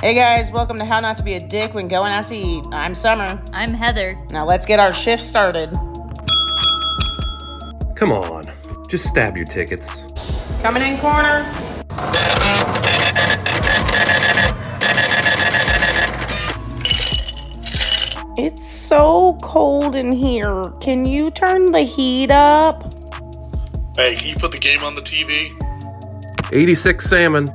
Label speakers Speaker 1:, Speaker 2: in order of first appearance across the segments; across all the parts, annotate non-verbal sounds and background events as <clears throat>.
Speaker 1: Hey guys, welcome to How Not to Be a Dick When Going Out to Eat. I'm Summer.
Speaker 2: I'm Heather.
Speaker 1: Now let's get our shift started.
Speaker 3: Come on, just stab your tickets.
Speaker 1: Coming in corner. It's so cold in here. Can you turn the heat up?
Speaker 4: Hey, can you put the game on the TV?
Speaker 3: 86 salmon.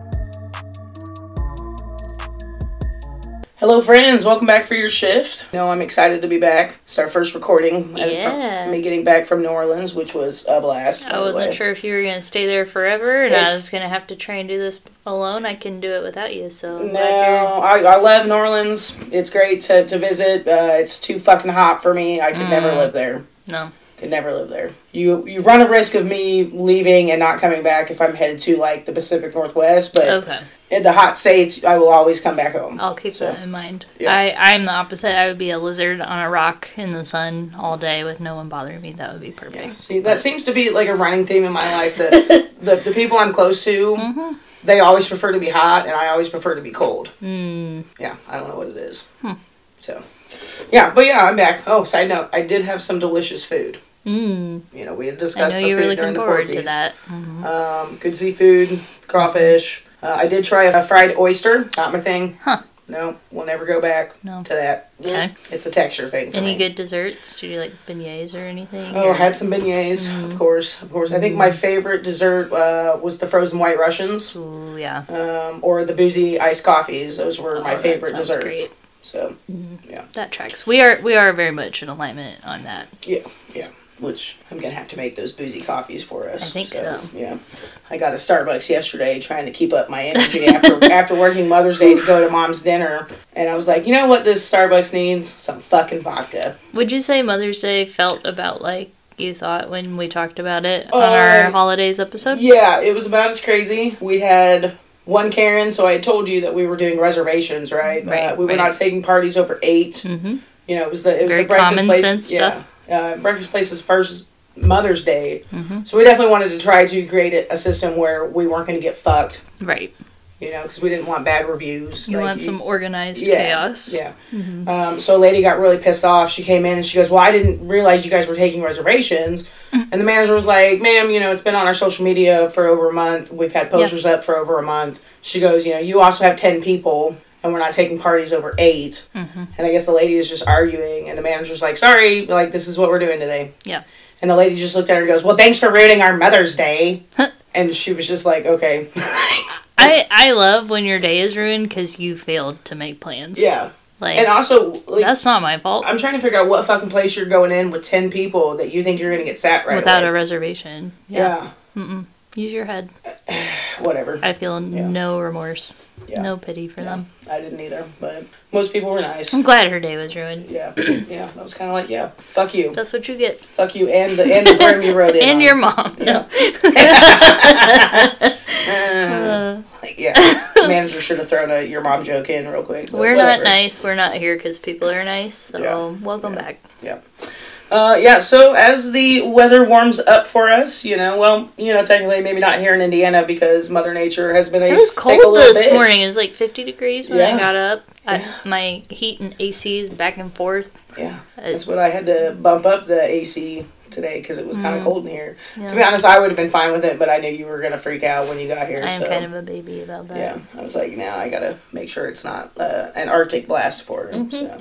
Speaker 1: Hello, friends. Welcome back for your shift. No, I'm excited to be back. It's our first recording. uh, from
Speaker 2: Yeah.
Speaker 1: me getting back from New Orleans, which was a blast. by
Speaker 2: I
Speaker 1: the way.
Speaker 2: wasn't sure if you were gonna stay there forever, and
Speaker 1: It's-
Speaker 2: I was gonna have to try and do this alone. I can do it without you, so I'm glad
Speaker 1: No, I, I love New Orleans. It's great to, to visit. Uh, it's too fucking hot for me. I could
Speaker 2: Mm.
Speaker 1: never live there.
Speaker 2: you're no.
Speaker 1: Could never live there. You you run a risk of me leaving and not coming back if I'm headed to like the Pacific Northwest, but
Speaker 2: Okay,
Speaker 1: in the hot states, I will always come back home.
Speaker 2: I'll keep
Speaker 1: So,
Speaker 2: that in mind.
Speaker 1: yeah.
Speaker 2: I I'm the opposite. I would be a lizard on a rock in the sun all day with no one bothering me. That would be perfect.
Speaker 1: See, that seems to be like a running theme in my life
Speaker 2: <laughs>
Speaker 1: that the, the people I'm close to,
Speaker 2: Mm-hmm.
Speaker 1: they always prefer to be hot and I always prefer to be cold.
Speaker 2: Hmm.
Speaker 1: Yeah, I don't know what it is. So, yeah, but yeah, I'm back. Oh, side note, I did have some delicious food.
Speaker 2: Mm,
Speaker 1: You know, we had
Speaker 2: I
Speaker 1: discussed
Speaker 2: know
Speaker 1: the
Speaker 2: you
Speaker 1: food
Speaker 2: were looking
Speaker 1: during the
Speaker 2: forward to
Speaker 1: Porky's.
Speaker 2: that.
Speaker 1: Um, good seafood, crawfish. Uh, I did try a fried oyster. Not my thing.
Speaker 2: Huh.
Speaker 1: No, we'll never go back
Speaker 2: No.
Speaker 1: to that.
Speaker 2: Okay.
Speaker 1: It's a texture thing for
Speaker 2: Any
Speaker 1: me.
Speaker 2: good desserts? Did you like beignets or anything?
Speaker 1: Oh,
Speaker 2: or-
Speaker 1: I had some beignets,
Speaker 2: Mm-hmm.
Speaker 1: of course, of course. I think my favorite dessert uh, was the frozen white Russians
Speaker 2: Ooh, yeah.
Speaker 1: um, or the boozy iced coffees. Those were my
Speaker 2: Oh, that
Speaker 1: favorite
Speaker 2: sounds
Speaker 1: desserts.
Speaker 2: great.
Speaker 1: So,
Speaker 2: That tracks. We are we are very much in alignment on that.
Speaker 1: yeah, yeah. Which I'm gonna have to make those boozy coffees for us.
Speaker 2: I think so.
Speaker 1: Yeah, I got a Starbucks yesterday trying to keep up my energy after <laughs> after working Mother's Day to go to Mom's dinner, and I was like, you know what this Starbucks needs? Some fucking vodka.
Speaker 2: Would you say Mother's Day felt about like you thought when we talked about it on
Speaker 1: Uh,
Speaker 2: our holidays episode?
Speaker 1: Yeah, it was about as crazy. We had one Karen, so I had told you that we were doing reservations, right?
Speaker 2: Right,
Speaker 1: Uh, we were
Speaker 2: right.
Speaker 1: not taking parties over 8
Speaker 2: Mhm.
Speaker 1: You know, it was the it was
Speaker 2: Very
Speaker 1: the breakfast
Speaker 2: common
Speaker 1: place.
Speaker 2: sense
Speaker 1: yeah,
Speaker 2: stuff. Mm-hmm.
Speaker 1: Uh, breakfast place's first Mother's Day, so we definitely wanted to try to create a, a system where we weren't going to get fucked.
Speaker 2: Right.
Speaker 1: You know, because we didn't want bad reviews.
Speaker 2: You
Speaker 1: Like,
Speaker 2: want some organized
Speaker 1: yeah,
Speaker 2: chaos.
Speaker 1: Yeah. Um, so a lady got really pissed off. She came in and she goes, "Well, I didn't realize you guys were taking reservations." and the manager was like, "Ma'am, you know it's been on our social media for over a month. We've had posters up for over a month." She goes, "You know, you also have ten people." And we're not taking parties over 8 And I guess the lady is just arguing, and the manager's like, "Sorry, like this is what we're doing today."
Speaker 2: Yeah.
Speaker 1: And the lady just looked at her and goes, "Well, thanks for ruining our Mother's Day." and she was just like, "Okay, <laughs>
Speaker 2: I I love when your day is ruined because you failed to make plans.
Speaker 1: yeah."
Speaker 2: Like
Speaker 1: And also, like,
Speaker 2: that's not my fault.
Speaker 1: I'm trying to figure out what fucking place you're going in with ten people that you think you're gonna get sat right
Speaker 2: without
Speaker 1: away.
Speaker 2: a reservation. Yeah.
Speaker 1: yeah.
Speaker 2: Use your head.
Speaker 1: whatever. I,
Speaker 2: I feel no remorse.
Speaker 1: Yeah.
Speaker 2: No pity for them.
Speaker 1: didn't either, but most people were nice.
Speaker 2: I'm glad her day was ruined.
Speaker 1: Yeah, yeah. I was kind of like, yeah, fuck you,
Speaker 2: That's what you get.
Speaker 1: fuck you, and the and the firm you
Speaker 2: <laughs>
Speaker 1: rode in. on.
Speaker 2: And
Speaker 1: Uh,
Speaker 2: your mom. <laughs> No. Uh,
Speaker 1: Like,
Speaker 2: <laughs>
Speaker 1: yeah. Manager should have thrown a your mom joke in real quick. but
Speaker 2: We're
Speaker 1: whatever.
Speaker 2: not nice. We're not here because people are nice. So
Speaker 1: Yeah.
Speaker 2: welcome back.
Speaker 1: Yeah. Uh, yeah, so as the weather warms up for us, you know, well, you know, technically maybe not here in Indiana because Mother Nature has been a
Speaker 2: It was
Speaker 1: thick
Speaker 2: cold
Speaker 1: little
Speaker 2: this
Speaker 1: bitch.
Speaker 2: morning. It was like 50 degrees when
Speaker 1: Yeah.
Speaker 2: I got up. I, my heat and AC is back and forth.
Speaker 1: Yeah.
Speaker 2: It's,
Speaker 1: That's what I had to bump up the AC today because it was kind of cold in here. To
Speaker 2: Mm. Yeah.
Speaker 1: be honest, I would have been fine with it, but I knew you were gonna freak out when you got here.
Speaker 2: I am
Speaker 1: so
Speaker 2: kind of a baby about that.
Speaker 1: yeah, I was like, now I gotta make sure it's not uh, an Arctic blast for it.
Speaker 2: Mm-hmm.
Speaker 1: So.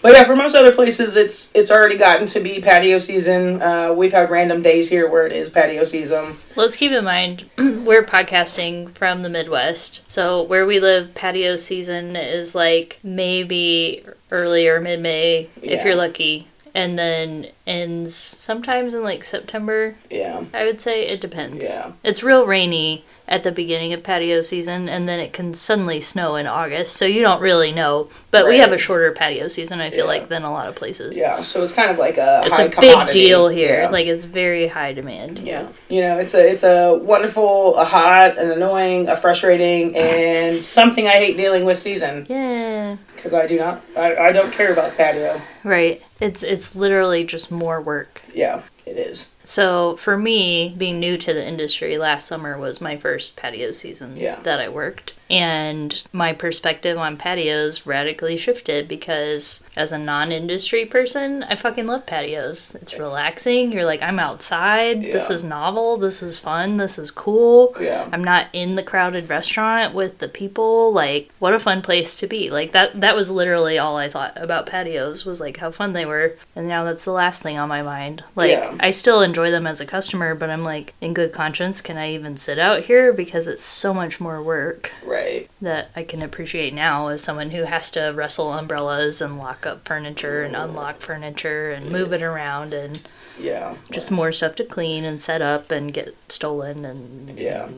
Speaker 1: But yeah, for most other places, it's it's already gotten to be patio season. Uh, we've had random days here where it is patio season.
Speaker 2: Let's keep in mind <clears throat> we're podcasting from the Midwest. So where we live, patio season is like maybe early or mid May
Speaker 1: Yeah.
Speaker 2: if you're lucky. And then ends sometimes in like September.
Speaker 1: Yeah,
Speaker 2: I would say it depends.
Speaker 1: Yeah.
Speaker 2: It's real rainy at the beginning of patio season and then it can suddenly snow in August, so you don't really know. But we
Speaker 1: Right.
Speaker 2: have a shorter patio season, I feel
Speaker 1: Yeah.
Speaker 2: like, than a lot of places.
Speaker 1: yeah. So it's kind of like a
Speaker 2: It's
Speaker 1: high
Speaker 2: a big
Speaker 1: commodity.
Speaker 2: deal here.
Speaker 1: Yeah.
Speaker 2: Like it's very high demand.
Speaker 1: Yeah, you know, it's a it's a wonderful, a hot, an annoying, a frustrating,
Speaker 2: <laughs>
Speaker 1: and something I hate dealing with season
Speaker 2: Yeah.
Speaker 1: because I do not, I, I don't care about the patio.
Speaker 2: Right. It's it's literally just more work.
Speaker 1: Yeah, it is.
Speaker 2: So for me, being new to the industry, last summer was my first patio season
Speaker 1: Yeah.
Speaker 2: that I worked. And my perspective on patios radically shifted because as a non industry person, I fucking love patios. It's relaxing. You're like, I'm outside. This
Speaker 1: Yeah.
Speaker 2: is novel. This is fun. This is cool.
Speaker 1: Yeah.
Speaker 2: I'm not in the crowded restaurant with the people. Like, what a fun place to be. Like that that was literally all I thought about patios was like how fun they were. And now that's the last thing on my mind. Like
Speaker 1: Yeah.
Speaker 2: I still enjoy them as a customer, but I'm like, in good conscience, can I even sit out here? Because it's so much more work
Speaker 1: Right.
Speaker 2: that I can appreciate now as someone who has to wrestle umbrellas and lock up furniture and unlock furniture and move it around and
Speaker 1: Yeah.
Speaker 2: just more stuff to clean and set up and get stolen and
Speaker 1: Yeah.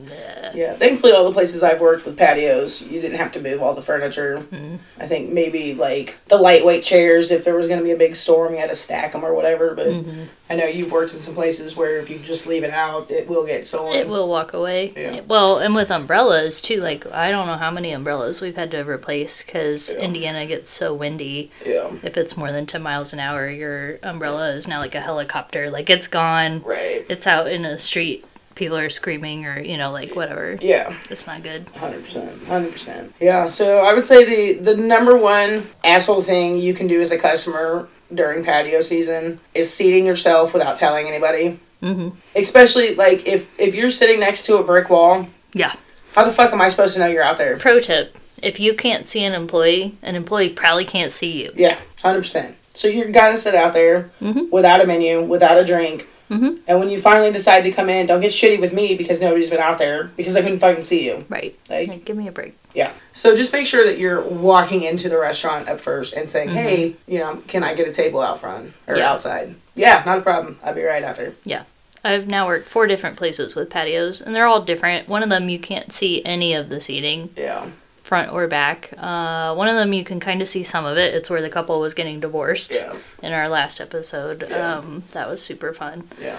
Speaker 1: Yeah. Thankfully, all the places I've worked with patios, you didn't have to move all the furniture.
Speaker 2: Mm-hmm.
Speaker 1: I think maybe like the lightweight chairs, if there was going to be a big storm, you had to stack them or whatever. But
Speaker 2: Mm-hmm.
Speaker 1: I know you've worked in some places where if you just leave it out, it will get stolen.
Speaker 2: It will walk away.
Speaker 1: Yeah.
Speaker 2: Well, and with umbrellas too. Like I don't know how many umbrellas we've had to replace because Indiana gets so windy.
Speaker 1: Yeah.
Speaker 2: If it's more than ten miles an hour, your umbrella is now like a helicopter. Like it's gone.
Speaker 1: Right.
Speaker 2: It's out in a street. People are screaming or you know like whatever.
Speaker 1: Yeah.
Speaker 2: It's not good.
Speaker 1: Hundred percent, hundred percent. Yeah. So I would say the the number one asshole thing you can do as a customer during patio season is seating yourself without telling anybody. Mm-hmm. Especially like if if you're sitting next to a brick wall,
Speaker 2: Yeah.
Speaker 1: how the fuck am I supposed to know you're out there?
Speaker 2: Pro tip: If you can't see an employee, an employee probably can't see you.
Speaker 1: Yeah, hundred percent. So you're gonna sit out there without a menu, without a drink. Mm-hmm. And when you finally decide to come in, don't get shitty with me because nobody's been out there because I couldn't fucking see you.
Speaker 2: Right.
Speaker 1: Like-
Speaker 2: like give me a break.
Speaker 1: Yeah. So just make sure that you're walking into the restaurant up first and saying, "Hey, you know, can I get a table out front or
Speaker 2: Yeah.
Speaker 1: outside?" Mm-hmm. Yeah, not a problem. I'll be right out there.
Speaker 2: Yeah. I've now worked four different places with patios, and they're all different. One of them you can't see any of the seating,
Speaker 1: Yeah.
Speaker 2: front or back. Uh, one of them you can kind of see some of it. It's where the couple was getting divorced
Speaker 1: Yeah.
Speaker 2: in our last episode. Um, that was super fun.
Speaker 1: Yeah.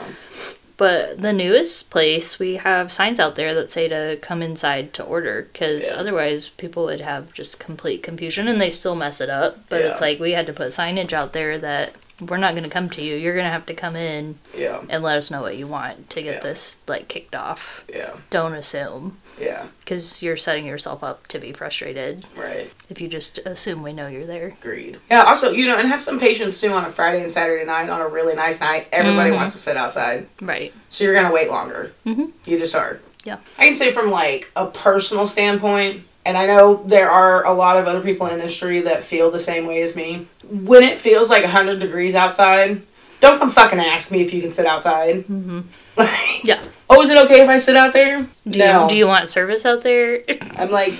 Speaker 2: But the newest place, we have signs out there that say to come inside to order because
Speaker 1: Yeah.
Speaker 2: otherwise people would have just complete confusion and they still mess it up. But it's
Speaker 1: Yeah.
Speaker 2: like we had to put signage out there that we're not going to come to you. You're going to have to come in
Speaker 1: Yeah.
Speaker 2: and let us know what you want to get
Speaker 1: Yeah.
Speaker 2: this like kicked off.
Speaker 1: Yeah.
Speaker 2: Don't assume
Speaker 1: Yeah.
Speaker 2: because you're setting yourself up to be frustrated
Speaker 1: Right.
Speaker 2: if you just assume we know you're there.
Speaker 1: Agreed. Yeah. Also, you know, and have some patience too on a Friday and Saturday night on a really nice night. Everybody wants to sit outside,
Speaker 2: Right.
Speaker 1: so you're gonna wait longer. Mm-hmm. You just are.
Speaker 2: Yeah.
Speaker 1: I can say from like a personal standpoint, and I know there are a lot of other people in the industry that feel the same way as me. When it feels like 100 degrees outside, don't come fucking ask me if you can sit outside. Mm-hmm. <laughs> Like,
Speaker 2: Yeah.
Speaker 1: oh, is it okay if I sit out there?
Speaker 2: Do
Speaker 1: no.
Speaker 2: you do you want service out there? <laughs>
Speaker 1: I'm like,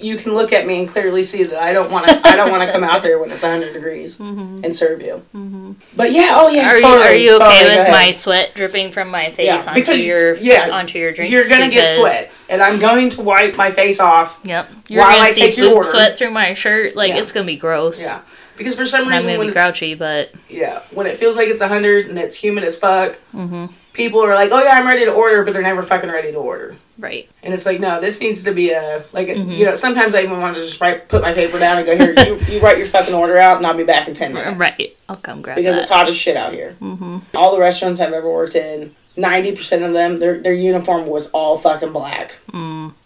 Speaker 1: you can look at me and clearly see that I don't want to. I don't want to come out there when it's 100
Speaker 2: <laughs>
Speaker 1: degrees and serve you. Mm-hmm. But yeah, oh yeah,
Speaker 2: Are
Speaker 1: <laughs>
Speaker 2: you,
Speaker 1: totally,
Speaker 2: are you okay
Speaker 1: totally, go
Speaker 2: with
Speaker 1: ahead.
Speaker 2: my sweat dripping from my face
Speaker 1: Yeah,
Speaker 2: onto
Speaker 1: because-
Speaker 2: your
Speaker 1: yeah,
Speaker 2: onto your drinks?
Speaker 1: You're gonna get
Speaker 2: because-
Speaker 1: sweat, and I'm going to wipe my face off
Speaker 2: Yep. You're
Speaker 1: While
Speaker 2: gonna
Speaker 1: I
Speaker 2: see
Speaker 1: take your
Speaker 2: boob
Speaker 1: order.
Speaker 2: sweat through my shirt. Like
Speaker 1: Yeah.
Speaker 2: it's gonna be gross.
Speaker 1: Yeah. Because for some
Speaker 2: And I'm
Speaker 1: reason,
Speaker 2: gonna
Speaker 1: when
Speaker 2: be
Speaker 1: it's,
Speaker 2: grouchy, but
Speaker 1: yeah, when it feels like it's 100 and it's humid as fuck,
Speaker 2: Mm-hmm.
Speaker 1: people are like, oh yeah, I'm ready to order, but they're never fucking ready to order.
Speaker 2: right.
Speaker 1: And it's like, no, this needs to be a, like, a,
Speaker 2: Mm-hmm.
Speaker 1: you know, sometimes I even want to just write, put my paper down and go, here, you, you write your fucking order out and I'll be back in 10 minutes.
Speaker 2: Right. Mm-hmm. I'll come grab
Speaker 1: Because
Speaker 2: that.
Speaker 1: it's hot as shit out here. All the restaurants I've ever worked in, 90% of them, their, their uniform was all fucking black.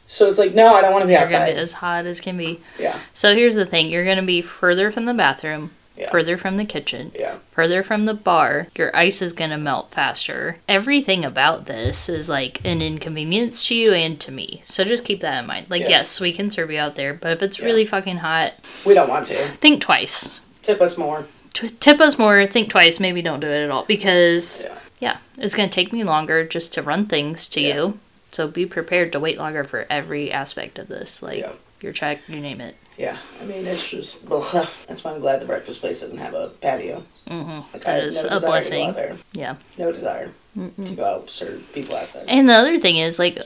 Speaker 1: So it's like, no, I don't want to be
Speaker 2: You're Mm. gonna
Speaker 1: outside.
Speaker 2: be as hot as can be.
Speaker 1: yeah,
Speaker 2: So here's the thing you're going to be further from the bathroom,
Speaker 1: Yeah.
Speaker 2: further from the kitchen,
Speaker 1: yeah,
Speaker 2: further from the bar. Your ice is going to melt faster. Everything about this is like an inconvenience to you and to me. So just keep that in mind. Like,
Speaker 1: Yeah.
Speaker 2: yes, we can serve you out there, but if it's really fucking hot,
Speaker 1: we don't want to.
Speaker 2: think twice.
Speaker 1: Tip us more.
Speaker 2: T- tip us more, think twice, maybe don't do it at all because,
Speaker 1: Yeah.
Speaker 2: yeah, it's going to take me longer just to run things to you. So be prepared to wait longer for every aspect of this. Like,
Speaker 1: Yeah.
Speaker 2: your check, you name it.
Speaker 1: Yeah, I mean it's just <laughs> that's why I'm glad the breakfast place doesn't have a patio. Mm-hmm. Like, I
Speaker 2: That
Speaker 1: have
Speaker 2: is
Speaker 1: no desire
Speaker 2: a
Speaker 1: to go
Speaker 2: blessing.
Speaker 1: out there.
Speaker 2: Yeah.
Speaker 1: No desire to go out and serve people outside.
Speaker 2: And the other thing is, like,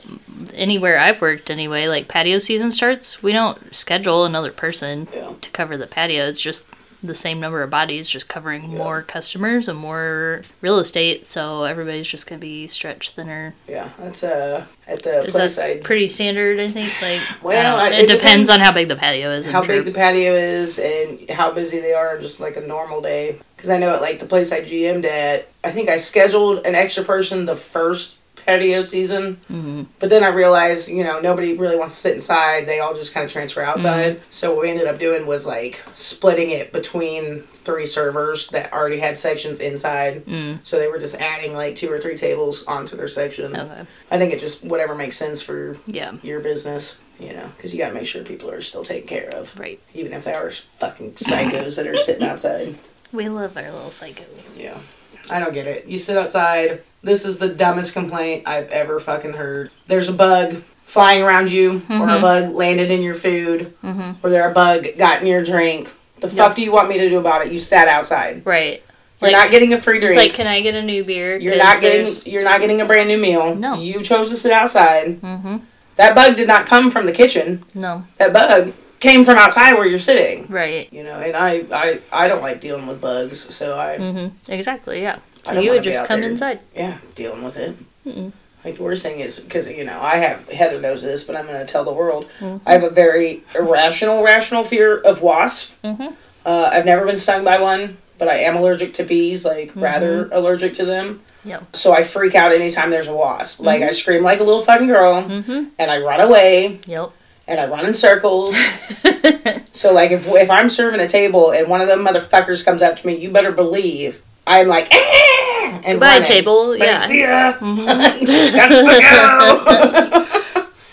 Speaker 2: anywhere I've worked anyway, like patio season starts, we don't schedule another person
Speaker 1: Yeah.
Speaker 2: to cover the patio. It's just the same number of bodies, just covering more customers and more real estate. So everybody's just going to be stretched thinner.
Speaker 1: Yeah, that's uh at the
Speaker 2: Is
Speaker 1: place
Speaker 2: that
Speaker 1: I
Speaker 2: pretty standard? I think. Like, I
Speaker 1: Well,
Speaker 2: don't know.
Speaker 1: I-
Speaker 2: it,
Speaker 1: it
Speaker 2: depends,
Speaker 1: depends
Speaker 2: on how big the patio is. I'm
Speaker 1: how
Speaker 2: sure.
Speaker 1: big the patio is and how busy they are just like a normal day because i know at like the place i gm'd at i think i scheduled an extra person the first patio season
Speaker 2: Mm-hmm.
Speaker 1: but then i realized you know nobody really wants to sit inside they all just kind of transfer outside
Speaker 2: Mm-hmm.
Speaker 1: so what we ended up doing was like splitting it between three servers that already had sections inside
Speaker 2: Mm.
Speaker 1: so they were just adding like two or three tables onto their section
Speaker 2: Okay.
Speaker 1: i think it just whatever makes sense for
Speaker 2: Yeah.
Speaker 1: your business you know because you got to make sure people are still taken care of
Speaker 2: Right.
Speaker 1: even if they are fucking psychos that are sitting outside.
Speaker 2: We love our little psycho.
Speaker 1: Yeah. I don't get it. You sit outside. This is the dumbest complaint I've ever fucking heard. There's a bug flying around you, or
Speaker 2: Mm-hmm.
Speaker 1: a bug landed in your food, or there a bug got in your drink. The fuck do you want me to do about it? You sat outside.
Speaker 2: Right.
Speaker 1: You're not getting a free drink.
Speaker 2: It's like, can I get a new beer?
Speaker 1: you're
Speaker 2: 'Cause
Speaker 1: not getting.
Speaker 2: there's-
Speaker 1: You're not getting a brand new meal.
Speaker 2: No.
Speaker 1: You chose to sit outside. Mm-hmm. That bug did not come from the kitchen.
Speaker 2: No.
Speaker 1: That bug came from outside where you're sitting.
Speaker 2: Right.
Speaker 1: you know and i i, I don't like dealing with bugs so i
Speaker 2: Exactly. Yeah.
Speaker 1: I
Speaker 2: So
Speaker 1: don't
Speaker 2: you
Speaker 1: wanna
Speaker 2: would
Speaker 1: be
Speaker 2: just
Speaker 1: out
Speaker 2: come
Speaker 1: there.
Speaker 2: inside.
Speaker 1: yeah dealing with it like the worst thing is because you know i have heather knows this but i'm going to tell the world i have a very irrational rational fear of wasps uh, i've never been stung by one but i am allergic to bees like rather allergic to them
Speaker 2: Yeah.
Speaker 1: so i freak out anytime there's a wasp like i scream like a little fucking girl and i run away
Speaker 2: Yep.
Speaker 1: and I run in
Speaker 2: <laughs>
Speaker 1: circles. so like if if I'm serving a table and one of them motherfuckers comes up to me, you better believe I'm like ah! and
Speaker 2: Goodbye,
Speaker 1: running.
Speaker 2: table.
Speaker 1: Like,
Speaker 2: yeah. Mm-hmm.
Speaker 1: See ya. That's the go.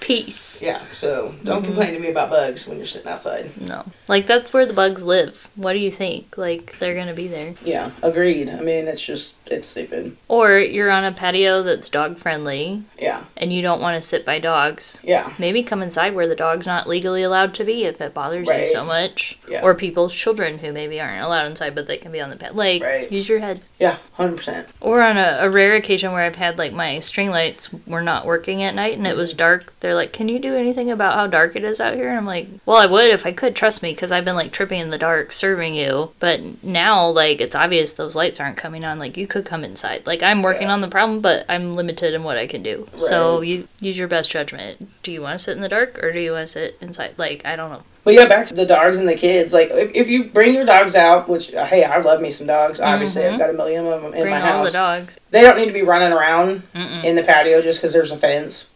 Speaker 2: Peace.
Speaker 1: yeah. So don't
Speaker 2: Mm-hmm.
Speaker 1: complain to me about bugs when you're sitting outside.
Speaker 2: No. Like that's where the bugs live. What do you think? Like they're gonna be there.
Speaker 1: Yeah. Agreed. I mean, it's just it's stupid.
Speaker 2: Or you're on a patio that's dog friendly
Speaker 1: Yeah.
Speaker 2: and you don't want to sit by dogs.
Speaker 1: Yeah.
Speaker 2: Maybe come inside where the dog's not legally allowed to be if it bothers you
Speaker 1: Right.
Speaker 2: so much.
Speaker 1: Yeah.
Speaker 2: Or people's children who maybe aren't allowed inside but they can be on the pet. Like,
Speaker 1: Right.
Speaker 2: use your head.
Speaker 1: Yeah. Hundred percent.
Speaker 2: Or on a, a rare occasion where I've had like my string lights were not working at night and it
Speaker 1: Mm-hmm.
Speaker 2: was dark, they're like, "Can you do anything about how dark it is out here?" And I'm like, "Well, I would if I could. Trust me, because I've been like tripping in the dark serving you. But now, like, it's obvious those lights aren't coming on. Like, you could come inside. Like, I'm working on the problem, but I'm limited in what I can do. So
Speaker 1: Right.
Speaker 2: you use your best judgment. Do you want to sit in the dark or do you want to sit inside? Like, I don't know.
Speaker 1: But yeah, back to the dogs and the kids. Like, if, if you bring your dogs out, which hey, I love me some dogs. Obviously, I've got a million of them in
Speaker 2: Mm-hmm. Bring
Speaker 1: my
Speaker 2: all
Speaker 1: house.
Speaker 2: the dogs.
Speaker 1: they don't need to be running around in the patio just because there's a fence.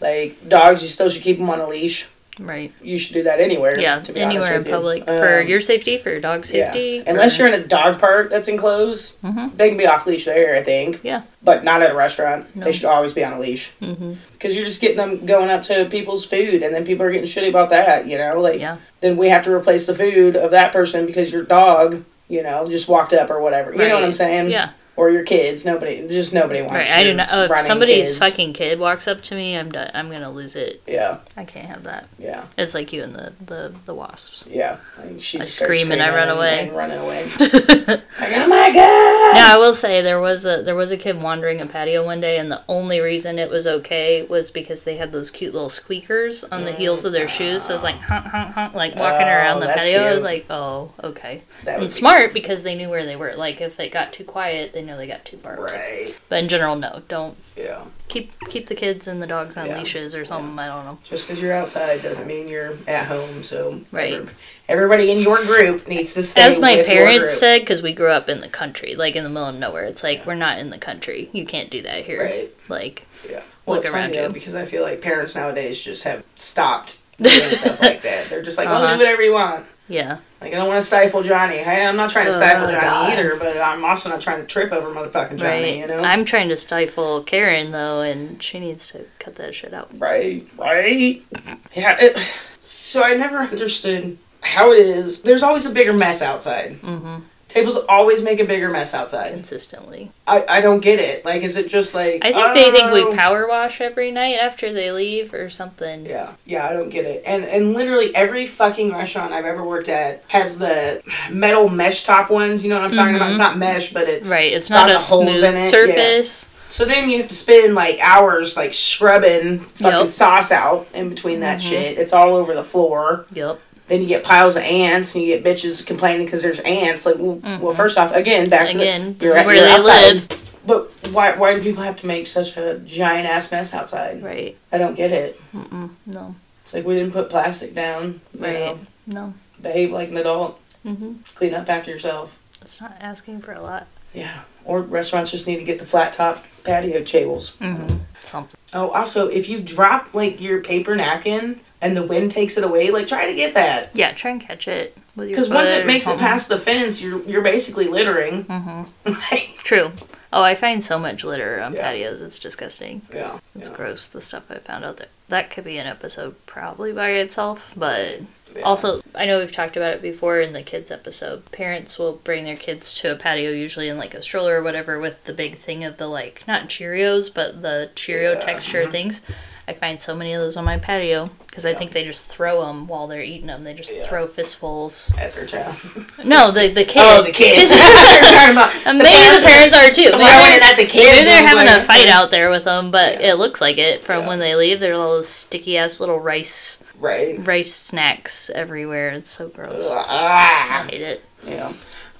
Speaker 1: Like dogs, you still should keep them on a leash.
Speaker 2: Right.
Speaker 1: You should do that anywhere.
Speaker 2: Yeah.
Speaker 1: to be honest
Speaker 2: Anywhere in
Speaker 1: with you.
Speaker 2: public for
Speaker 1: Um,
Speaker 2: your safety, for your dog's
Speaker 1: yeah.
Speaker 2: safety. for- Mm-hmm.
Speaker 1: Unless you're in a dog park that's enclosed, they can be off leash there. I think,
Speaker 2: Yeah.
Speaker 1: but not at a restaurant. They should always be on a leash because
Speaker 2: Mm-hmm.
Speaker 1: you're just getting them going up to people's food, and then people are getting shitty about that. You know, like
Speaker 2: Yeah.
Speaker 1: then we have to replace the food of that person because your dog, you know, just walked up or whatever. You know what I'm
Speaker 2: Right.
Speaker 1: saying?
Speaker 2: Yeah.
Speaker 1: Or your kids. Nobody, just nobody wants.
Speaker 2: Right, I
Speaker 1: your
Speaker 2: do not. Oh, if
Speaker 1: running
Speaker 2: somebody's
Speaker 1: kids.
Speaker 2: fucking kid walks up to me, I'm done. I'm gonna lose it.
Speaker 1: Yeah,
Speaker 2: I can't have that.
Speaker 1: yeah,
Speaker 2: It's like you and the the, the
Speaker 1: <laughs>
Speaker 2: wasps. <laughs>
Speaker 1: yeah. Like she just starts
Speaker 2: scream and I run away.
Speaker 1: And running away. <laughs> like oh my god!
Speaker 2: Now I will say there was a there was a kid wandering a patio one day, and the only reason it was okay was because they had those cute little squeakers on the heels of their shoes. So it was like honk honk honk, like walking
Speaker 1: Mm. Oh,
Speaker 2: around the
Speaker 1: that's
Speaker 2: patio. I was
Speaker 1: cute.
Speaker 2: like, oh okay.
Speaker 1: That would
Speaker 2: And
Speaker 1: be-
Speaker 2: smart because they knew where they were. Like if they got too quiet, they know they got too far. away.
Speaker 1: Right.
Speaker 2: But in general, no, don't
Speaker 1: Yeah.
Speaker 2: keep keep the kids and the dogs on
Speaker 1: Yeah.
Speaker 2: leashes or something. I don't know.
Speaker 1: Just because you're outside doesn't mean you're at home. So
Speaker 2: Right.
Speaker 1: every- everybody in your group needs to stay.
Speaker 2: as my
Speaker 1: with your
Speaker 2: parents
Speaker 1: group.
Speaker 2: said because we grew up in the country like in the middle of nowhere it's like we're not in the country you can't do that here
Speaker 1: Right.
Speaker 2: like
Speaker 1: Yeah. Well,
Speaker 2: Look
Speaker 1: it's funny
Speaker 2: around
Speaker 1: though
Speaker 2: you.
Speaker 1: because I feel like parents nowadays just have
Speaker 2: <laughs>
Speaker 1: stopped doing stuff like that. They're just like, "Oh,
Speaker 2: Uh-huh.
Speaker 1: do whatever you want."
Speaker 2: yeah
Speaker 1: Like I don't want to stifle Johnny. Hey, I'm not trying to
Speaker 2: Oh,
Speaker 1: stifle Johnny
Speaker 2: God.
Speaker 1: either, but I'm also not trying to trip over motherfucking Johnny.
Speaker 2: right
Speaker 1: You know.
Speaker 2: i'm trying to stifle karen though and she needs to cut that shit out
Speaker 1: Right, right. Yeah. It, so I never understood how it is. There's always a bigger mess outside. Mm-hmm. Tables always make a bigger mess outside.
Speaker 2: consistently
Speaker 1: I, I don't get it. Like, is it just like
Speaker 2: i think they think
Speaker 1: oh.
Speaker 2: we power wash every night after they leave or something
Speaker 1: Yeah, yeah, I don't get it. And and literally every fucking restaurant I've ever worked at has the metal mesh top ones. You know what I'm talking about? It's not mesh, but it's
Speaker 2: Mm-hmm. right it's not
Speaker 1: got
Speaker 2: a
Speaker 1: the holes in
Speaker 2: smooth
Speaker 1: it,
Speaker 2: surface
Speaker 1: So then you have to spend like hours like scrubbing fucking
Speaker 2: Yep. Mm-hmm.
Speaker 1: sauce out in between that shit. It's all over the floor.
Speaker 2: yep
Speaker 1: Then you get piles of ants, and you get bitches complaining because there's ants. Like, well, well, first off, again, back
Speaker 2: Mm-hmm. Again,
Speaker 1: to the,
Speaker 2: this is
Speaker 1: at-
Speaker 2: where they
Speaker 1: outside.
Speaker 2: live.
Speaker 1: But why, why do people have to make such a giant ass mess outside?
Speaker 2: Right.
Speaker 1: I don't get it.
Speaker 2: No.
Speaker 1: It's like we didn't put plastic down. You know,
Speaker 2: Right. No.
Speaker 1: behave like an adult.
Speaker 2: Mm-hmm.
Speaker 1: Clean up after yourself.
Speaker 2: It's not asking for a lot.
Speaker 1: Yeah. Or restaurants just need to get the flat top patio tables.
Speaker 2: Mm. Something.
Speaker 1: Oh, also, if you drop like your paper napkin and the wind takes it away, like try to get that.
Speaker 2: Yeah. Try and catch it with your.
Speaker 1: Because once
Speaker 2: foot
Speaker 1: it
Speaker 2: or
Speaker 1: makes it
Speaker 2: something.
Speaker 1: past the fence, you're you're basically littering.
Speaker 2: Mm-hmm.
Speaker 1: <laughs>
Speaker 2: True. Oh, I find so much litter on
Speaker 1: Yeah.
Speaker 2: patios. It's disgusting.
Speaker 1: yeah.
Speaker 2: It's
Speaker 1: yeah.
Speaker 2: gross. The stuff I found out there. That could be an episode probably by itself, but
Speaker 1: Yeah.
Speaker 2: also I know we've talked about it before in the kids episode. Parents will bring their kids to a patio usually in like a stroller or whatever with the big thing of the like not Cheerios but the Cheerio texture things. I find so many of those on my patio because I think they just throw them while they're eating them. They just
Speaker 1: Yeah.
Speaker 2: throw fistfuls.
Speaker 1: At their child.
Speaker 2: No, the the kid.
Speaker 1: <laughs> Oh, the kids. <laughs> Sorry about-
Speaker 2: And maybe the parents are too.
Speaker 1: the
Speaker 2: Maybe
Speaker 1: parents
Speaker 2: they're-
Speaker 1: are not the kids,
Speaker 2: Maybe they're
Speaker 1: and it's
Speaker 2: having
Speaker 1: like-
Speaker 2: a fight out there with them, but it looks like it from when they leave. They're all those sticky ass little rice
Speaker 1: Right.
Speaker 2: rice snacks everywhere. It's so gross.
Speaker 1: Ah.
Speaker 2: I hate it.
Speaker 1: Yeah.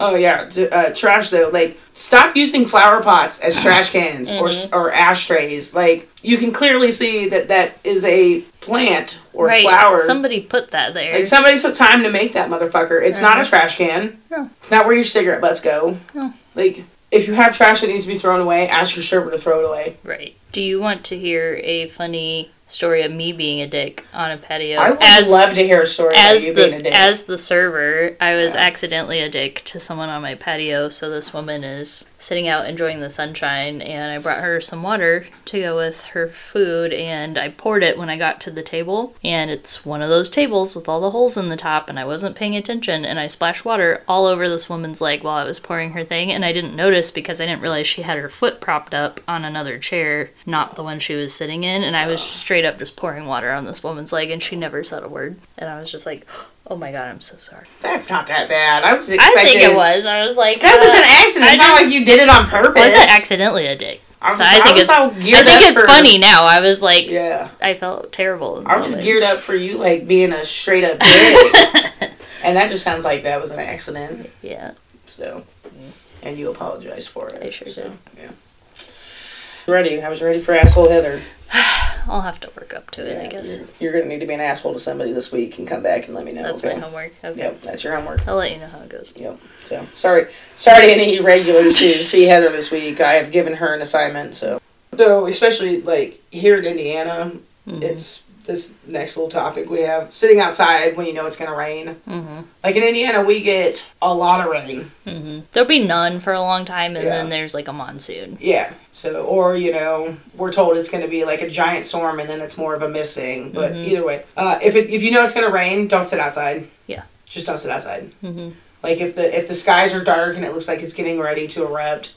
Speaker 1: Oh yeah, D- uh, trash though. Like, stop using flower pots as trash cans or s
Speaker 2: Mm-hmm.
Speaker 1: or ashtrays. Like, you can clearly see that that is a plant or
Speaker 2: right.
Speaker 1: flower.
Speaker 2: Somebody put that there.
Speaker 1: like somebody took time to make that motherfucker. It's not a trash can.
Speaker 2: No.
Speaker 1: It's not where your cigarette butts go.
Speaker 2: No.
Speaker 1: Like, if you have trash that needs to be thrown away, ask your server to throw it away.
Speaker 2: Right. Do you want to hear a funny story of me being a dick on a patio?
Speaker 1: I would
Speaker 2: as,
Speaker 1: love to hear a story about
Speaker 2: as
Speaker 1: you being a
Speaker 2: the
Speaker 1: dick.
Speaker 2: as the server, I was accidentally a dick to someone on my patio. So this woman is sitting out enjoying the sunshine, and I brought her some water to go with her food, and I poured it when I got to the table, and it's one of those tables with all the holes in the top, and I wasn't paying attention, and I splashed water all over this woman's leg while I was pouring her thing, and I didn't notice because I didn't realize she had her foot propped up on another chair, not the one she was sitting in, and I was straight up just pouring water on this woman's leg, and she never said a word, and I was just like. Oh my god, I'm so sorry.
Speaker 1: That's not that bad. I was
Speaker 2: I
Speaker 1: expecting.
Speaker 2: think it was. I was like,
Speaker 1: That was
Speaker 2: uh,
Speaker 1: an accident. It's
Speaker 2: I
Speaker 1: not
Speaker 2: just-
Speaker 1: like you did it on purpose.
Speaker 2: was it accidentally a dick?
Speaker 1: I was,
Speaker 2: So I
Speaker 1: I
Speaker 2: think
Speaker 1: was
Speaker 2: it's,
Speaker 1: all
Speaker 2: I
Speaker 1: geared
Speaker 2: think
Speaker 1: up
Speaker 2: it's
Speaker 1: for-
Speaker 2: funny now. I was like,
Speaker 1: Yeah.
Speaker 2: I felt terrible. in the
Speaker 1: I was
Speaker 2: moment.
Speaker 1: geared up for you like being a straight
Speaker 2: <laughs>
Speaker 1: up dick. and that just sounds like that was an accident.
Speaker 2: Yeah,
Speaker 1: So and you apologize for it.
Speaker 2: I sure
Speaker 1: so,
Speaker 2: did.
Speaker 1: Yeah. Ready. I was ready for asshole Heather.
Speaker 2: I'll have to work up to it. I guess
Speaker 1: You're, you're gonna need to be an asshole to somebody this week and come back and let me know.
Speaker 2: that's
Speaker 1: okay?
Speaker 2: my homework. Okay,
Speaker 1: Yep, that's your homework.
Speaker 2: I'll let you know how it goes.
Speaker 1: Yep. So sorry, sorry to any regulars who see Heather this week. I have given her an assignment. So so especially like here in Indiana, it's this next little topic we have sitting outside when you know it's going to rain. Like in Indiana, we get a lot of rain.
Speaker 2: There'll be none for a long time, and
Speaker 1: Yeah.
Speaker 2: then there's like a monsoon.
Speaker 1: Yeah. So or you know we're told it's going to be like a giant storm and then it's more of a misting. But either way, uh, if it, if you know it's going to rain, don't sit outside.
Speaker 2: Yeah.
Speaker 1: Just don't sit outside. Like if the if the skies are dark and it looks like it's getting ready to erupt,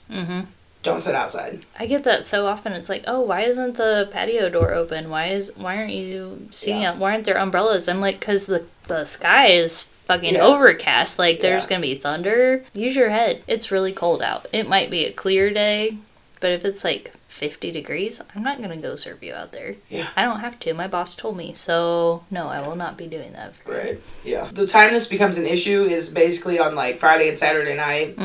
Speaker 1: don't sit outside.
Speaker 2: I get that so often. It's like, oh, why isn't the patio door open? Why is why aren't you seeing
Speaker 1: Yeah.
Speaker 2: out? Why aren't there umbrellas? I'm like, because the the sky is fucking
Speaker 1: Yeah.
Speaker 2: overcast. Like there's
Speaker 1: Yeah.
Speaker 2: gonna be thunder. Use your head. It's really cold out. It might be a clear day, but if it's like 50 degrees, I'm not gonna go serve you out there.
Speaker 1: Yeah.
Speaker 2: I don't have to. My boss told me, so no, I will not be doing that.
Speaker 1: Right. Yeah. The time this becomes an issue is basically on like Friday and Saturday night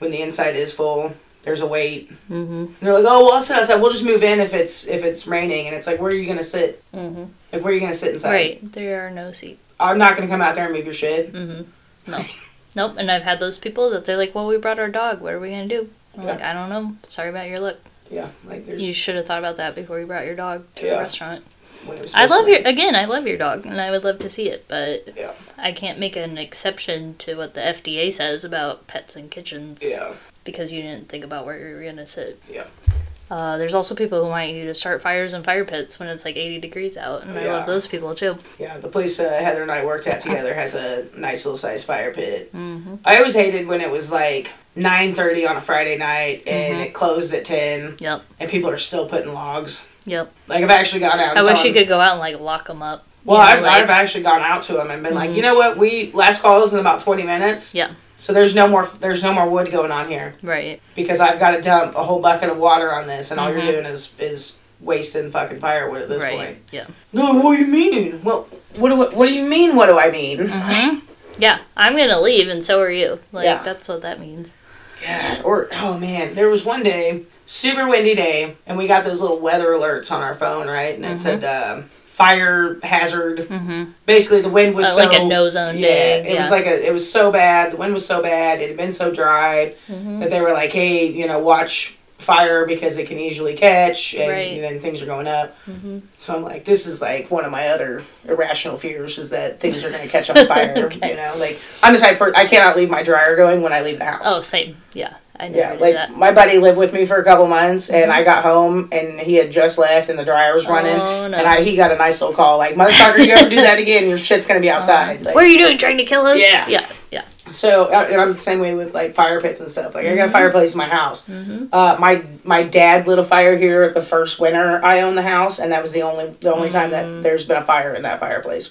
Speaker 1: when the inside is full. There's a wait. Mm-hmm. And they're like, "Oh, well, I'll sit outside. We'll just move in if it's if it's raining." And it's like, "Where are you gonna sit? Mm-hmm. Like, where are you gonna sit inside?
Speaker 2: Right. There are no seats.
Speaker 1: I'm not gonna come out there and move your shit.
Speaker 2: Mm. Nope. And I've had those people that they're like, well, we brought our dog. What are we gonna do? I'm like, I don't know. Sorry about your luck.
Speaker 1: Yeah. Like there's
Speaker 2: You should have thought about that before you brought your dog to
Speaker 1: Yeah.
Speaker 2: a restaurant.
Speaker 1: when it was
Speaker 2: I
Speaker 1: supposed
Speaker 2: love
Speaker 1: to
Speaker 2: your
Speaker 1: rain.
Speaker 2: again. I love your dog, and I would love to see it, but
Speaker 1: Yeah.
Speaker 2: I can't make an exception to what the FDA says about pets in kitchens
Speaker 1: Yeah.
Speaker 2: because you didn't think about where you were gonna sit.
Speaker 1: Yeah.
Speaker 2: Uh, there's also people who want you to start fires in fire pits when it's like 80 degrees out, and I
Speaker 1: Yeah.
Speaker 2: love those people too.
Speaker 1: Yeah, the place uh, Heather and I worked at together has a nice little sized fire pit.
Speaker 2: Mm-hmm.
Speaker 1: I always hated when it was like nine thirty on a Friday night and
Speaker 2: Mm-hmm.
Speaker 1: it closed at ten,
Speaker 2: Yep,
Speaker 1: and people are still putting logs.
Speaker 2: yep.
Speaker 1: Like I've actually gone out. And
Speaker 2: I wish you
Speaker 1: could.
Speaker 2: could go out and like lock them up. you
Speaker 1: Well,
Speaker 2: know,
Speaker 1: I've,
Speaker 2: like- Mm-hmm.
Speaker 1: I've actually gone out to them and been like, you know what? We last call is in about twenty minutes.
Speaker 2: yeah,
Speaker 1: So there's no more there's no more wood going on here
Speaker 2: right.
Speaker 1: because I've got to dump a whole bucket of water on this, and all you're doing is is wasting fucking firewood at this
Speaker 2: Mm-hmm. right.
Speaker 1: point.
Speaker 2: Yeah.
Speaker 1: No, what do you mean? Well, What do what do you mean? What do I mean?
Speaker 2: Yeah, I'm gonna leave, and so are you. Like
Speaker 1: Yeah.
Speaker 2: that's what that means.
Speaker 1: God, or oh man, there was one day, super windy day, and we got those little weather alerts on our phone, right?
Speaker 2: Mm-hmm.
Speaker 1: And it said uh, fire hazard. Basically, the wind was
Speaker 2: Uh,
Speaker 1: so,
Speaker 2: Mm-hmm. like a no zone
Speaker 1: Yeah,
Speaker 2: day,
Speaker 1: it was
Speaker 2: yeah.
Speaker 1: like a it was so bad. The wind was so bad. It had been so dry
Speaker 2: Mm-hmm.
Speaker 1: that they were like, hey, you know, watch fire because it can easily catch, and
Speaker 2: Right. Mm-hmm.
Speaker 1: then things are going up. So I'm like, this is like one of my other irrational fears is that things are going to
Speaker 2: <laughs>
Speaker 1: catch on fire. You know, like I'm the type of per- I cannot leave my dryer going when I leave the house.
Speaker 2: Oh, same. Yeah, I never
Speaker 1: Yeah,
Speaker 2: do
Speaker 1: like
Speaker 2: that. Mm-hmm.
Speaker 1: my buddy lived with me for a couple months, and I got home and he had just left, and the dryer was running,
Speaker 2: Oh, no.
Speaker 1: and I, he got a nice little call like, "Motherfucker, you ever do that again, your shit's
Speaker 2: <laughs>
Speaker 1: gonna be
Speaker 2: Uh-huh.
Speaker 1: outside." Like,
Speaker 2: What are you doing? Trying to kill us?
Speaker 1: Yeah.
Speaker 2: yeah, yeah.
Speaker 1: so, uh, and I'm the same way with like fire pits and stuff. Like, I
Speaker 2: Mm-hmm.
Speaker 1: got a fireplace in my house. Uh, my my dad lit a fire here the first winter I owned the house, and that was the only the only time
Speaker 2: Mm-hmm.
Speaker 1: that there's been a fire in that fireplace.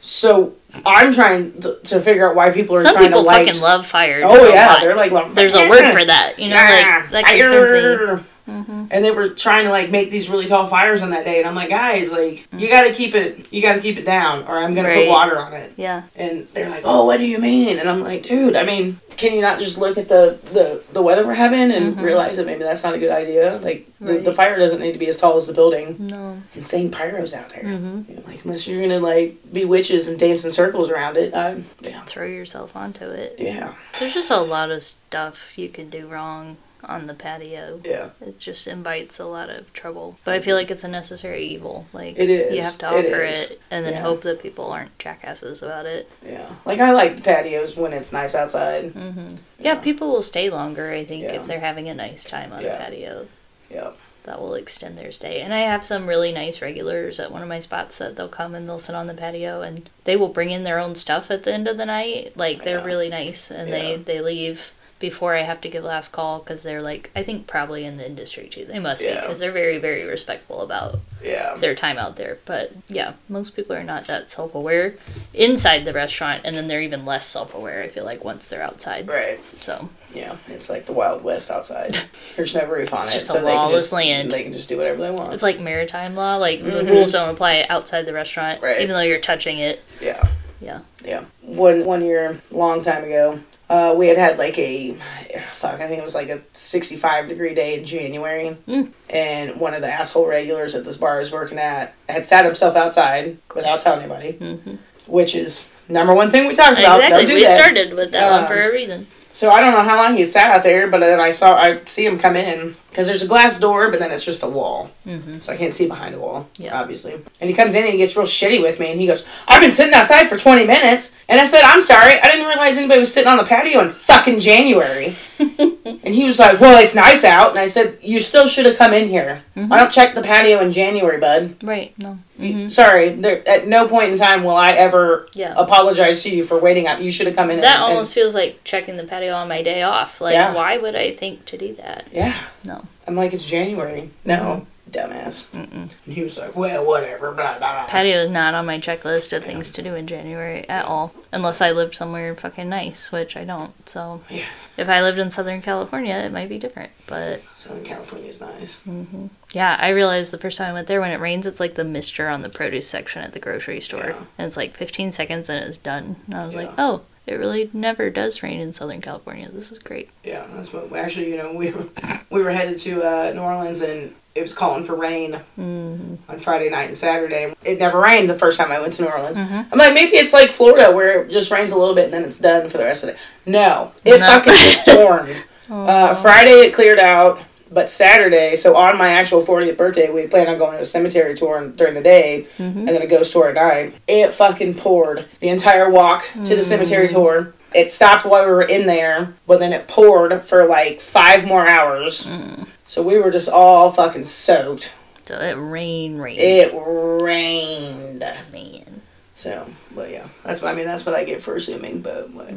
Speaker 1: So I'm trying to, to figure out why people are
Speaker 2: Some
Speaker 1: trying
Speaker 2: people
Speaker 1: to light.
Speaker 2: fucking love fire.
Speaker 1: oh
Speaker 2: so
Speaker 1: yeah,
Speaker 2: hot.
Speaker 1: they're like, love-
Speaker 2: there's a
Speaker 1: <laughs>
Speaker 2: word for that. You know, like that concerns me.
Speaker 1: Ah,
Speaker 2: Mm-hmm.
Speaker 1: And they were trying to like make these really tall fires on that day, and I'm like, guys, like you got to keep it, you got to keep it down, or I'm gonna
Speaker 2: Mm. Right.
Speaker 1: put water on it.
Speaker 2: Yeah,
Speaker 1: And they're like, oh, what do you mean? And I'm like, dude, I mean, can you not just look at the the, the weather we're having and realize that maybe that's not a good idea? Like
Speaker 2: Mm-hmm. Right.
Speaker 1: the, the fire doesn't need to be as tall as the building.
Speaker 2: no, Mm-hmm.
Speaker 1: And same pyros out there. You know, like unless you're gonna like be witches and dance in circles around it, I, yeah,
Speaker 2: throw yourself onto it.
Speaker 1: yeah,
Speaker 2: There's just a lot of stuff you can do wrong on the patio.
Speaker 1: yeah.
Speaker 2: It just invites a lot of trouble. But I feel like it's a necessary evil. Like
Speaker 1: It is.
Speaker 2: you have to
Speaker 1: It
Speaker 2: offer
Speaker 1: is.
Speaker 2: it, and then
Speaker 1: Yeah.
Speaker 2: hope that people aren't jackasses about it.
Speaker 1: Yeah, like I like patios when it's nice outside.
Speaker 2: Mm. Yeah, people will stay longer, I think,
Speaker 1: Yeah.
Speaker 2: if they're having a nice time on
Speaker 1: Yeah.
Speaker 2: a patio.
Speaker 1: Yeah,
Speaker 2: That will extend their stay. And I have some really nice regulars at one of my spots that they'll come and they'll sit on the patio and they will bring in their own stuff at the end of the night. Like, they're
Speaker 1: Yeah.
Speaker 2: really nice and
Speaker 1: Yeah.
Speaker 2: they, they leave before I have to give last call because they're like, I think probably in the industry too. They must be be
Speaker 1: Yeah.
Speaker 2: because they're very, very respectful about
Speaker 1: yeah,
Speaker 2: their time out there. But yeah, most people are not that self aware inside the restaurant and then they're even less self aware, I feel like, once they're outside.
Speaker 1: right.
Speaker 2: So.
Speaker 1: Yeah, it's like the Wild West
Speaker 2: <laughs>
Speaker 1: outside. There's no roof on
Speaker 2: It's
Speaker 1: it,
Speaker 2: just a
Speaker 1: so they can
Speaker 2: lawless
Speaker 1: just
Speaker 2: land.
Speaker 1: they can just do whatever they want.
Speaker 2: It's like maritime law. Like the rules don't apply outside the restaurant,
Speaker 1: Mm-hmm. Right.
Speaker 2: even though you're touching it.
Speaker 1: yeah,
Speaker 2: Yeah.
Speaker 1: yeah. One one year, long time ago, uh, we had had like a fuck. I think it was like a 65 degree day in January,
Speaker 2: Hmm.
Speaker 1: and one of the asshole regulars at this bar I was working at had sat himself outside without telling anybody, which is number one thing we talked about.
Speaker 2: Mm-hmm. exactly.
Speaker 1: Don't do
Speaker 2: we
Speaker 1: that.
Speaker 2: started with that one
Speaker 1: Um,
Speaker 2: for a reason.
Speaker 1: So I don't know how long he sat out there, but then I saw I see him come in because there's a glass door, but then it's just a wall, so I can't see behind a wall,
Speaker 2: Mm-hmm. Yeah.
Speaker 1: obviously. And he comes in and he gets real shitty with me, and he goes, "I've been sitting outside for 20 minutes," and I said, "I'm sorry, I didn't realize anybody was sitting on the patio in fucking
Speaker 2: <laughs>
Speaker 1: January." and he was like, "Well, it's nice out," and I said, "You still should have come in here.
Speaker 2: Mm-hmm.
Speaker 1: I don't check the patio in January, bud.
Speaker 2: Right. No.
Speaker 1: Sorry, there, at no point in time will I ever
Speaker 2: Mm-hmm. Yeah.
Speaker 1: apologize to you for waiting up. You should have come in."
Speaker 2: That
Speaker 1: and,
Speaker 2: almost feels like checking the patio on my day off. Like,
Speaker 1: Yeah.
Speaker 2: why would I think to do that?
Speaker 1: and, yeah.
Speaker 2: No.
Speaker 1: I'm like, it's January. No, dumbass. And he was like, well, whatever, blah, blah, blah.
Speaker 2: Patio is not on my checklist of things to do in January at all, unless I lived somewhere fucking nice, which I don't. So,
Speaker 1: Yeah.
Speaker 2: if I lived in Southern California, it might be different. But
Speaker 1: Southern California's nice.
Speaker 2: Yeah, I realized the first time I went there when it rains, it's like the mister on the produce section at the grocery store.
Speaker 1: Yeah.
Speaker 2: And it's like 15 seconds and it's done. And I was like,
Speaker 1: Yeah.
Speaker 2: oh, it really never does rain in Southern California. This is great.
Speaker 1: Yeah, that's what, actually, you know, we <laughs> were, we were headed to uh, New Orleans and it was calling for rain on Friday night and Saturday. It never rained the first time I went to New Orleans. I'm like, maybe it's like Florida where it just rains a little bit and then it's done for the rest of the day. No, it
Speaker 2: No.
Speaker 1: fucking stormed. uh, Friday it cleared out. But Saturday, so on my actual 40th birthday, we planned on going to a cemetery tour on- during the day and then a ghost tour at night. It fucking poured the entire walk to the cemetery tour. It stopped while we were in there, but then it poured for like five more hours. So we were just all fucking soaked.
Speaker 2: So it rain, rain.
Speaker 1: It rained.
Speaker 2: man.
Speaker 1: So, but yeah, that's what I mean. That's what I get for assuming. But what,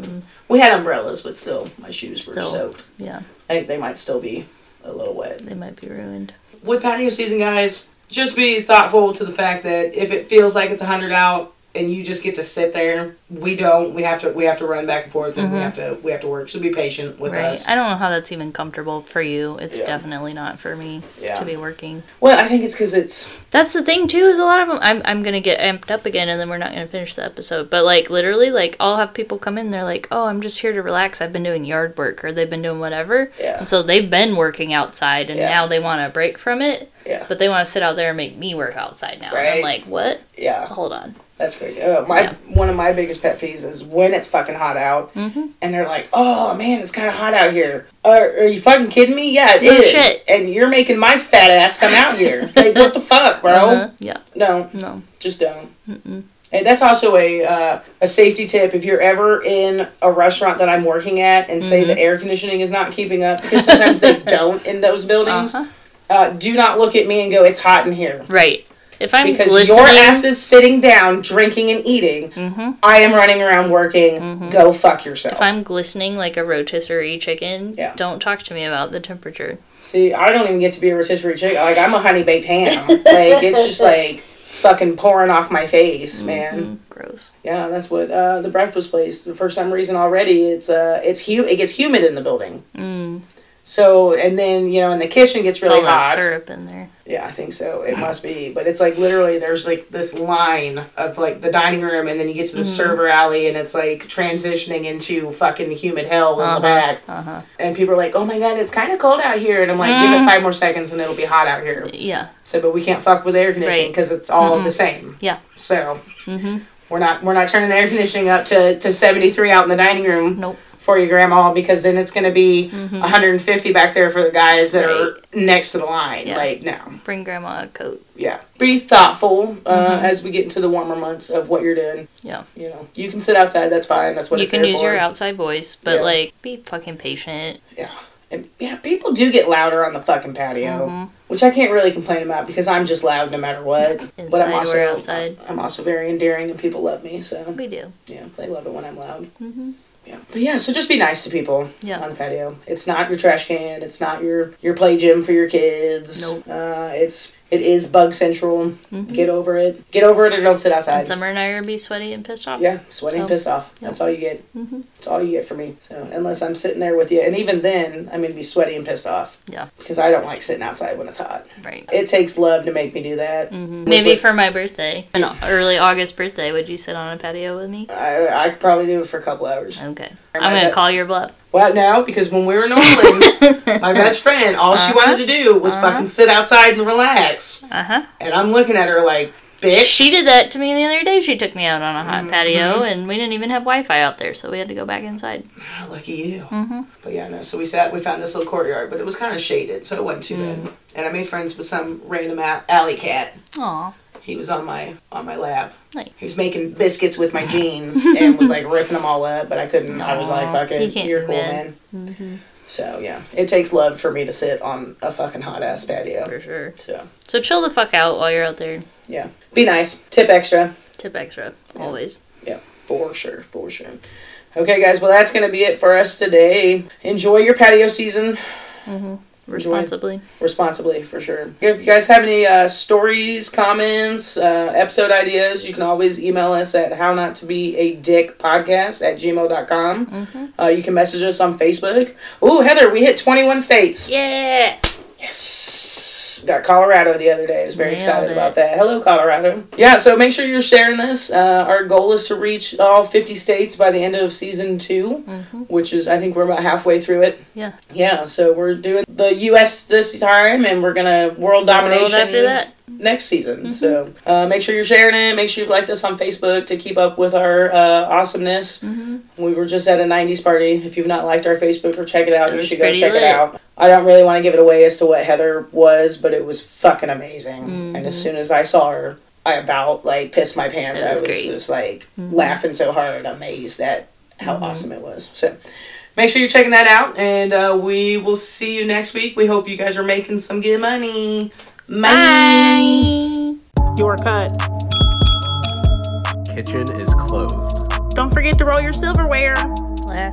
Speaker 1: we had umbrellas, but still, my shoes were
Speaker 2: Still.
Speaker 1: soaked.
Speaker 2: Yeah,
Speaker 1: I think they might still be a little wet.
Speaker 2: they might be ruined.
Speaker 1: with patio season, guys, just be thoughtful to the fact that if it feels like it's 100 out, and you just get to sit there. We don't. We have to. We have to run back and forth, and we have to. We have to work. So be patient with
Speaker 2: Mm-hmm. Right.
Speaker 1: us.
Speaker 2: I don't know how that's even comfortable for you. It's
Speaker 1: Yeah.
Speaker 2: definitely not for me
Speaker 1: Yeah.
Speaker 2: to be working.
Speaker 1: Well, I think it's because it's
Speaker 2: That's the thing too. Is a lot of them. I'm I'm gonna get amped up again, and then we're not gonna finish the episode. But like literally, like I'll have people come in. They're like, "Oh, I'm just here to relax. I've been doing yard work, or they've been doing whatever."
Speaker 1: Yeah.
Speaker 2: And so they've been working outside, and
Speaker 1: Yeah.
Speaker 2: now they want a break from it.
Speaker 1: Yeah.
Speaker 2: But they want to sit out there and make me work outside now. And I'm
Speaker 1: Right.
Speaker 2: like, what?
Speaker 1: yeah.
Speaker 2: Hold on.
Speaker 1: That's crazy. Uh, my
Speaker 2: Yeah.
Speaker 1: one of my biggest pet peeves is when it's fucking hot out,
Speaker 2: Mm-hmm.
Speaker 1: and they're like, "Oh man, it's kind of hot out here." Are, are you fucking kidding me? Yeah, it
Speaker 2: No
Speaker 1: is.
Speaker 2: Oh, shit.
Speaker 1: And you're making my fat ass come out here. like, what the fuck, bro?
Speaker 2: <laughs> Uh-huh. Yeah.
Speaker 1: No,
Speaker 2: No.
Speaker 1: just don't. And that's also a uh, a safety tip if you're ever in a restaurant that I'm working at and
Speaker 2: Mm-hmm.
Speaker 1: say the air conditioning is not keeping up because sometimes
Speaker 2: <laughs>
Speaker 1: they don't in those buildings.
Speaker 2: Uh-huh.
Speaker 1: Uh, do not look at me and go, "It's hot in here."
Speaker 2: Right. If I'm
Speaker 1: Because
Speaker 2: listening, Mm-hmm.
Speaker 1: your ass is sitting down, drinking and eating. I am running around working. Go fuck yourself.
Speaker 2: if I'm glistening like a rotisserie chicken,
Speaker 1: Yeah.
Speaker 2: don't talk to me about the temperature.
Speaker 1: See, I don't even get to be a rotisserie chicken. Like I'm a honey baked ham. like it's just like fucking pouring off my face,
Speaker 2: Mm-hmm.
Speaker 1: man.
Speaker 2: Gross.
Speaker 1: Yeah, that's what uh, the breakfast place. For some reason, already it's uh, it's hu- it gets humid in the building. Mm. So and then you know, and the kitchen gets
Speaker 2: It's
Speaker 1: really
Speaker 2: all that
Speaker 1: hot.
Speaker 2: syrup in there.
Speaker 1: Yeah, I think so. It must be, but it's like literally there's like this line of like the dining room, and then you get to the
Speaker 2: Mm-hmm.
Speaker 1: server alley, and it's like transitioning into fucking humid hell
Speaker 2: Uh-huh,
Speaker 1: in the back. And people are like, "Oh my god, it's kind of cold out here," and I'm like, "Give
Speaker 2: Mm.
Speaker 1: it five more seconds, and it'll be hot out here."
Speaker 2: Yeah.
Speaker 1: So, but we can't fuck with air conditioning
Speaker 2: Right. Mm-hmm.
Speaker 1: because it's all the same.
Speaker 2: Yeah.
Speaker 1: So we're not we're not turning the air conditioning up to, to seventy three out in the dining room
Speaker 2: Nope. Mm-hmm.
Speaker 1: for your grandma because then it's gonna be and fifty back there for the guys that are next to the line.
Speaker 2: Yeah.
Speaker 1: Like no,
Speaker 2: Bring grandma a coat.
Speaker 1: yeah. Be thoughtful uh,
Speaker 2: Mm-hmm.
Speaker 1: as we get into the warmer months of what you're doing.
Speaker 2: Yeah.
Speaker 1: You know, you can sit outside. That's fine. That's what
Speaker 2: you
Speaker 1: it's
Speaker 2: can
Speaker 1: there
Speaker 2: use
Speaker 1: for.
Speaker 2: your outside voice, but
Speaker 1: Yeah.
Speaker 2: like be fucking patient.
Speaker 1: Yeah. And yeah, people do get louder on the fucking patio,
Speaker 2: Mm-hmm.
Speaker 1: which I can't really complain about because I'm just loud no matter
Speaker 2: <laughs>
Speaker 1: what. but
Speaker 2: Inside
Speaker 1: I'm
Speaker 2: or
Speaker 1: also
Speaker 2: outside.
Speaker 1: I'm also very endearing and people love me. So
Speaker 2: We do.
Speaker 1: yeah, they love it when I'm loud. Mm-hmm. Yeah, but yeah, so just be nice to people
Speaker 2: Yeah.
Speaker 1: on the patio. It's not your trash can. It's not your your play gym for your kids.
Speaker 2: Nope. Mm-hmm.
Speaker 1: Uh, it's it is bug central. Get over it. Get over it or don't sit outside.
Speaker 2: And Summer and I are gonna be sweaty and pissed off.
Speaker 1: Yeah, sweating
Speaker 2: So, Mm-hmm.
Speaker 1: pissed off. That's all you get. That's all you get from me. So unless I'm sitting there with you, and even then, I'm gonna be sweaty and pissed off
Speaker 2: Yeah.
Speaker 1: because I don't like sitting outside when it's hot.
Speaker 2: Right.
Speaker 1: It takes love to make me do that.
Speaker 2: Mm-hmm. Maybe
Speaker 1: with-
Speaker 2: for my birthday, an early August birthday, would you sit on a patio with me?
Speaker 1: I, I could probably do it for a couple hours. Uh,
Speaker 2: Okay.
Speaker 1: I
Speaker 2: I'm
Speaker 1: might
Speaker 2: gonna
Speaker 1: have-
Speaker 2: call your bluff.
Speaker 1: Well, no, because when we were in Orleans,
Speaker 2: <laughs>
Speaker 1: my best friend, all she wanted
Speaker 2: Uh-huh.
Speaker 1: to do was fucking sit outside and relax.
Speaker 2: Uh huh.
Speaker 1: And I'm looking at her like, bitch.
Speaker 2: She did that to me the other day. She took me out on a
Speaker 1: Mm-hmm.
Speaker 2: hot patio, and we didn't even have Wi-Fi out there, so we had to go back inside.
Speaker 1: Oh, lucky you.
Speaker 2: Mm-hmm.
Speaker 1: But yeah, no. So we sat. We found this little courtyard, but it was kind of shaded, so it wasn't too
Speaker 2: Mm.
Speaker 1: bad. And I made friends with some random a- alley cat.
Speaker 2: Aw,
Speaker 1: He was on my on my lap.
Speaker 2: nice.
Speaker 1: He was making biscuits with my
Speaker 2: <laughs>
Speaker 1: jeans and was like ripping them all up, but I couldn't. I was like,
Speaker 2: Aw,
Speaker 1: "Fuck
Speaker 2: you
Speaker 1: it,
Speaker 2: can't
Speaker 1: you're
Speaker 2: do
Speaker 1: cool,
Speaker 2: that. Mm-hmm.
Speaker 1: man." So yeah, it takes love for me to sit on a fucking hot ass patio.
Speaker 2: for sure.
Speaker 1: So
Speaker 2: So chill the fuck out while you're out there.
Speaker 1: yeah, be nice. Tip extra.
Speaker 2: Tip extra, always.
Speaker 1: Yeah, for sure, for sure. Okay, guys. Well, that's gonna be it for us today. Enjoy your patio season.
Speaker 2: Responsibly.
Speaker 1: responsibly for sure. If you guys have any uh, stories, comments, uh, episode ideas, you can always email us at how not to be a dick podcast at gmail.com. Uh, you can message us on Facebook. Ooh, Heather, we hit 21 states.
Speaker 2: Yeah.
Speaker 1: Yes. Got Colorado the other day. I was very
Speaker 2: Nailed
Speaker 1: excited
Speaker 2: it.
Speaker 1: about that. Hello, Colorado. Yeah, so make sure you're sharing this. Uh, our goal is to reach all 50 states by the end of season 2 which is, I think, we're about halfway through it.
Speaker 2: Mm-hmm. Yeah.
Speaker 1: Yeah, so we're doing the U.S. this time, and we're gonna world domination
Speaker 2: World after that.
Speaker 1: next season.
Speaker 2: Mm-hmm.
Speaker 1: So uh, make sure you're sharing it. Make sure you've liked us on Facebook to keep up with our uh, awesomeness.
Speaker 2: Mm-hmm.
Speaker 1: We were just at a '90s party. If you've not liked our Facebook or check it out,
Speaker 2: It
Speaker 1: you
Speaker 2: was
Speaker 1: should go
Speaker 2: pretty
Speaker 1: check
Speaker 2: lit.
Speaker 1: it out. I don't really want to give it away as to what Heather was, but it was fucking amazing. And as soon as I saw her, I about like pissed my pants.
Speaker 2: Mm-hmm. It
Speaker 1: I was
Speaker 2: was great. Mm-hmm.
Speaker 1: just like laughing so hard, amazed at how awesome it was. So make sure you're checking that out, and uh, we will see you next week. We hope you guys are making some good money. Money.
Speaker 2: Bye.
Speaker 1: Your cut.
Speaker 5: Kitchen is closed.
Speaker 1: Don't forget to roll your silverware.
Speaker 2: Last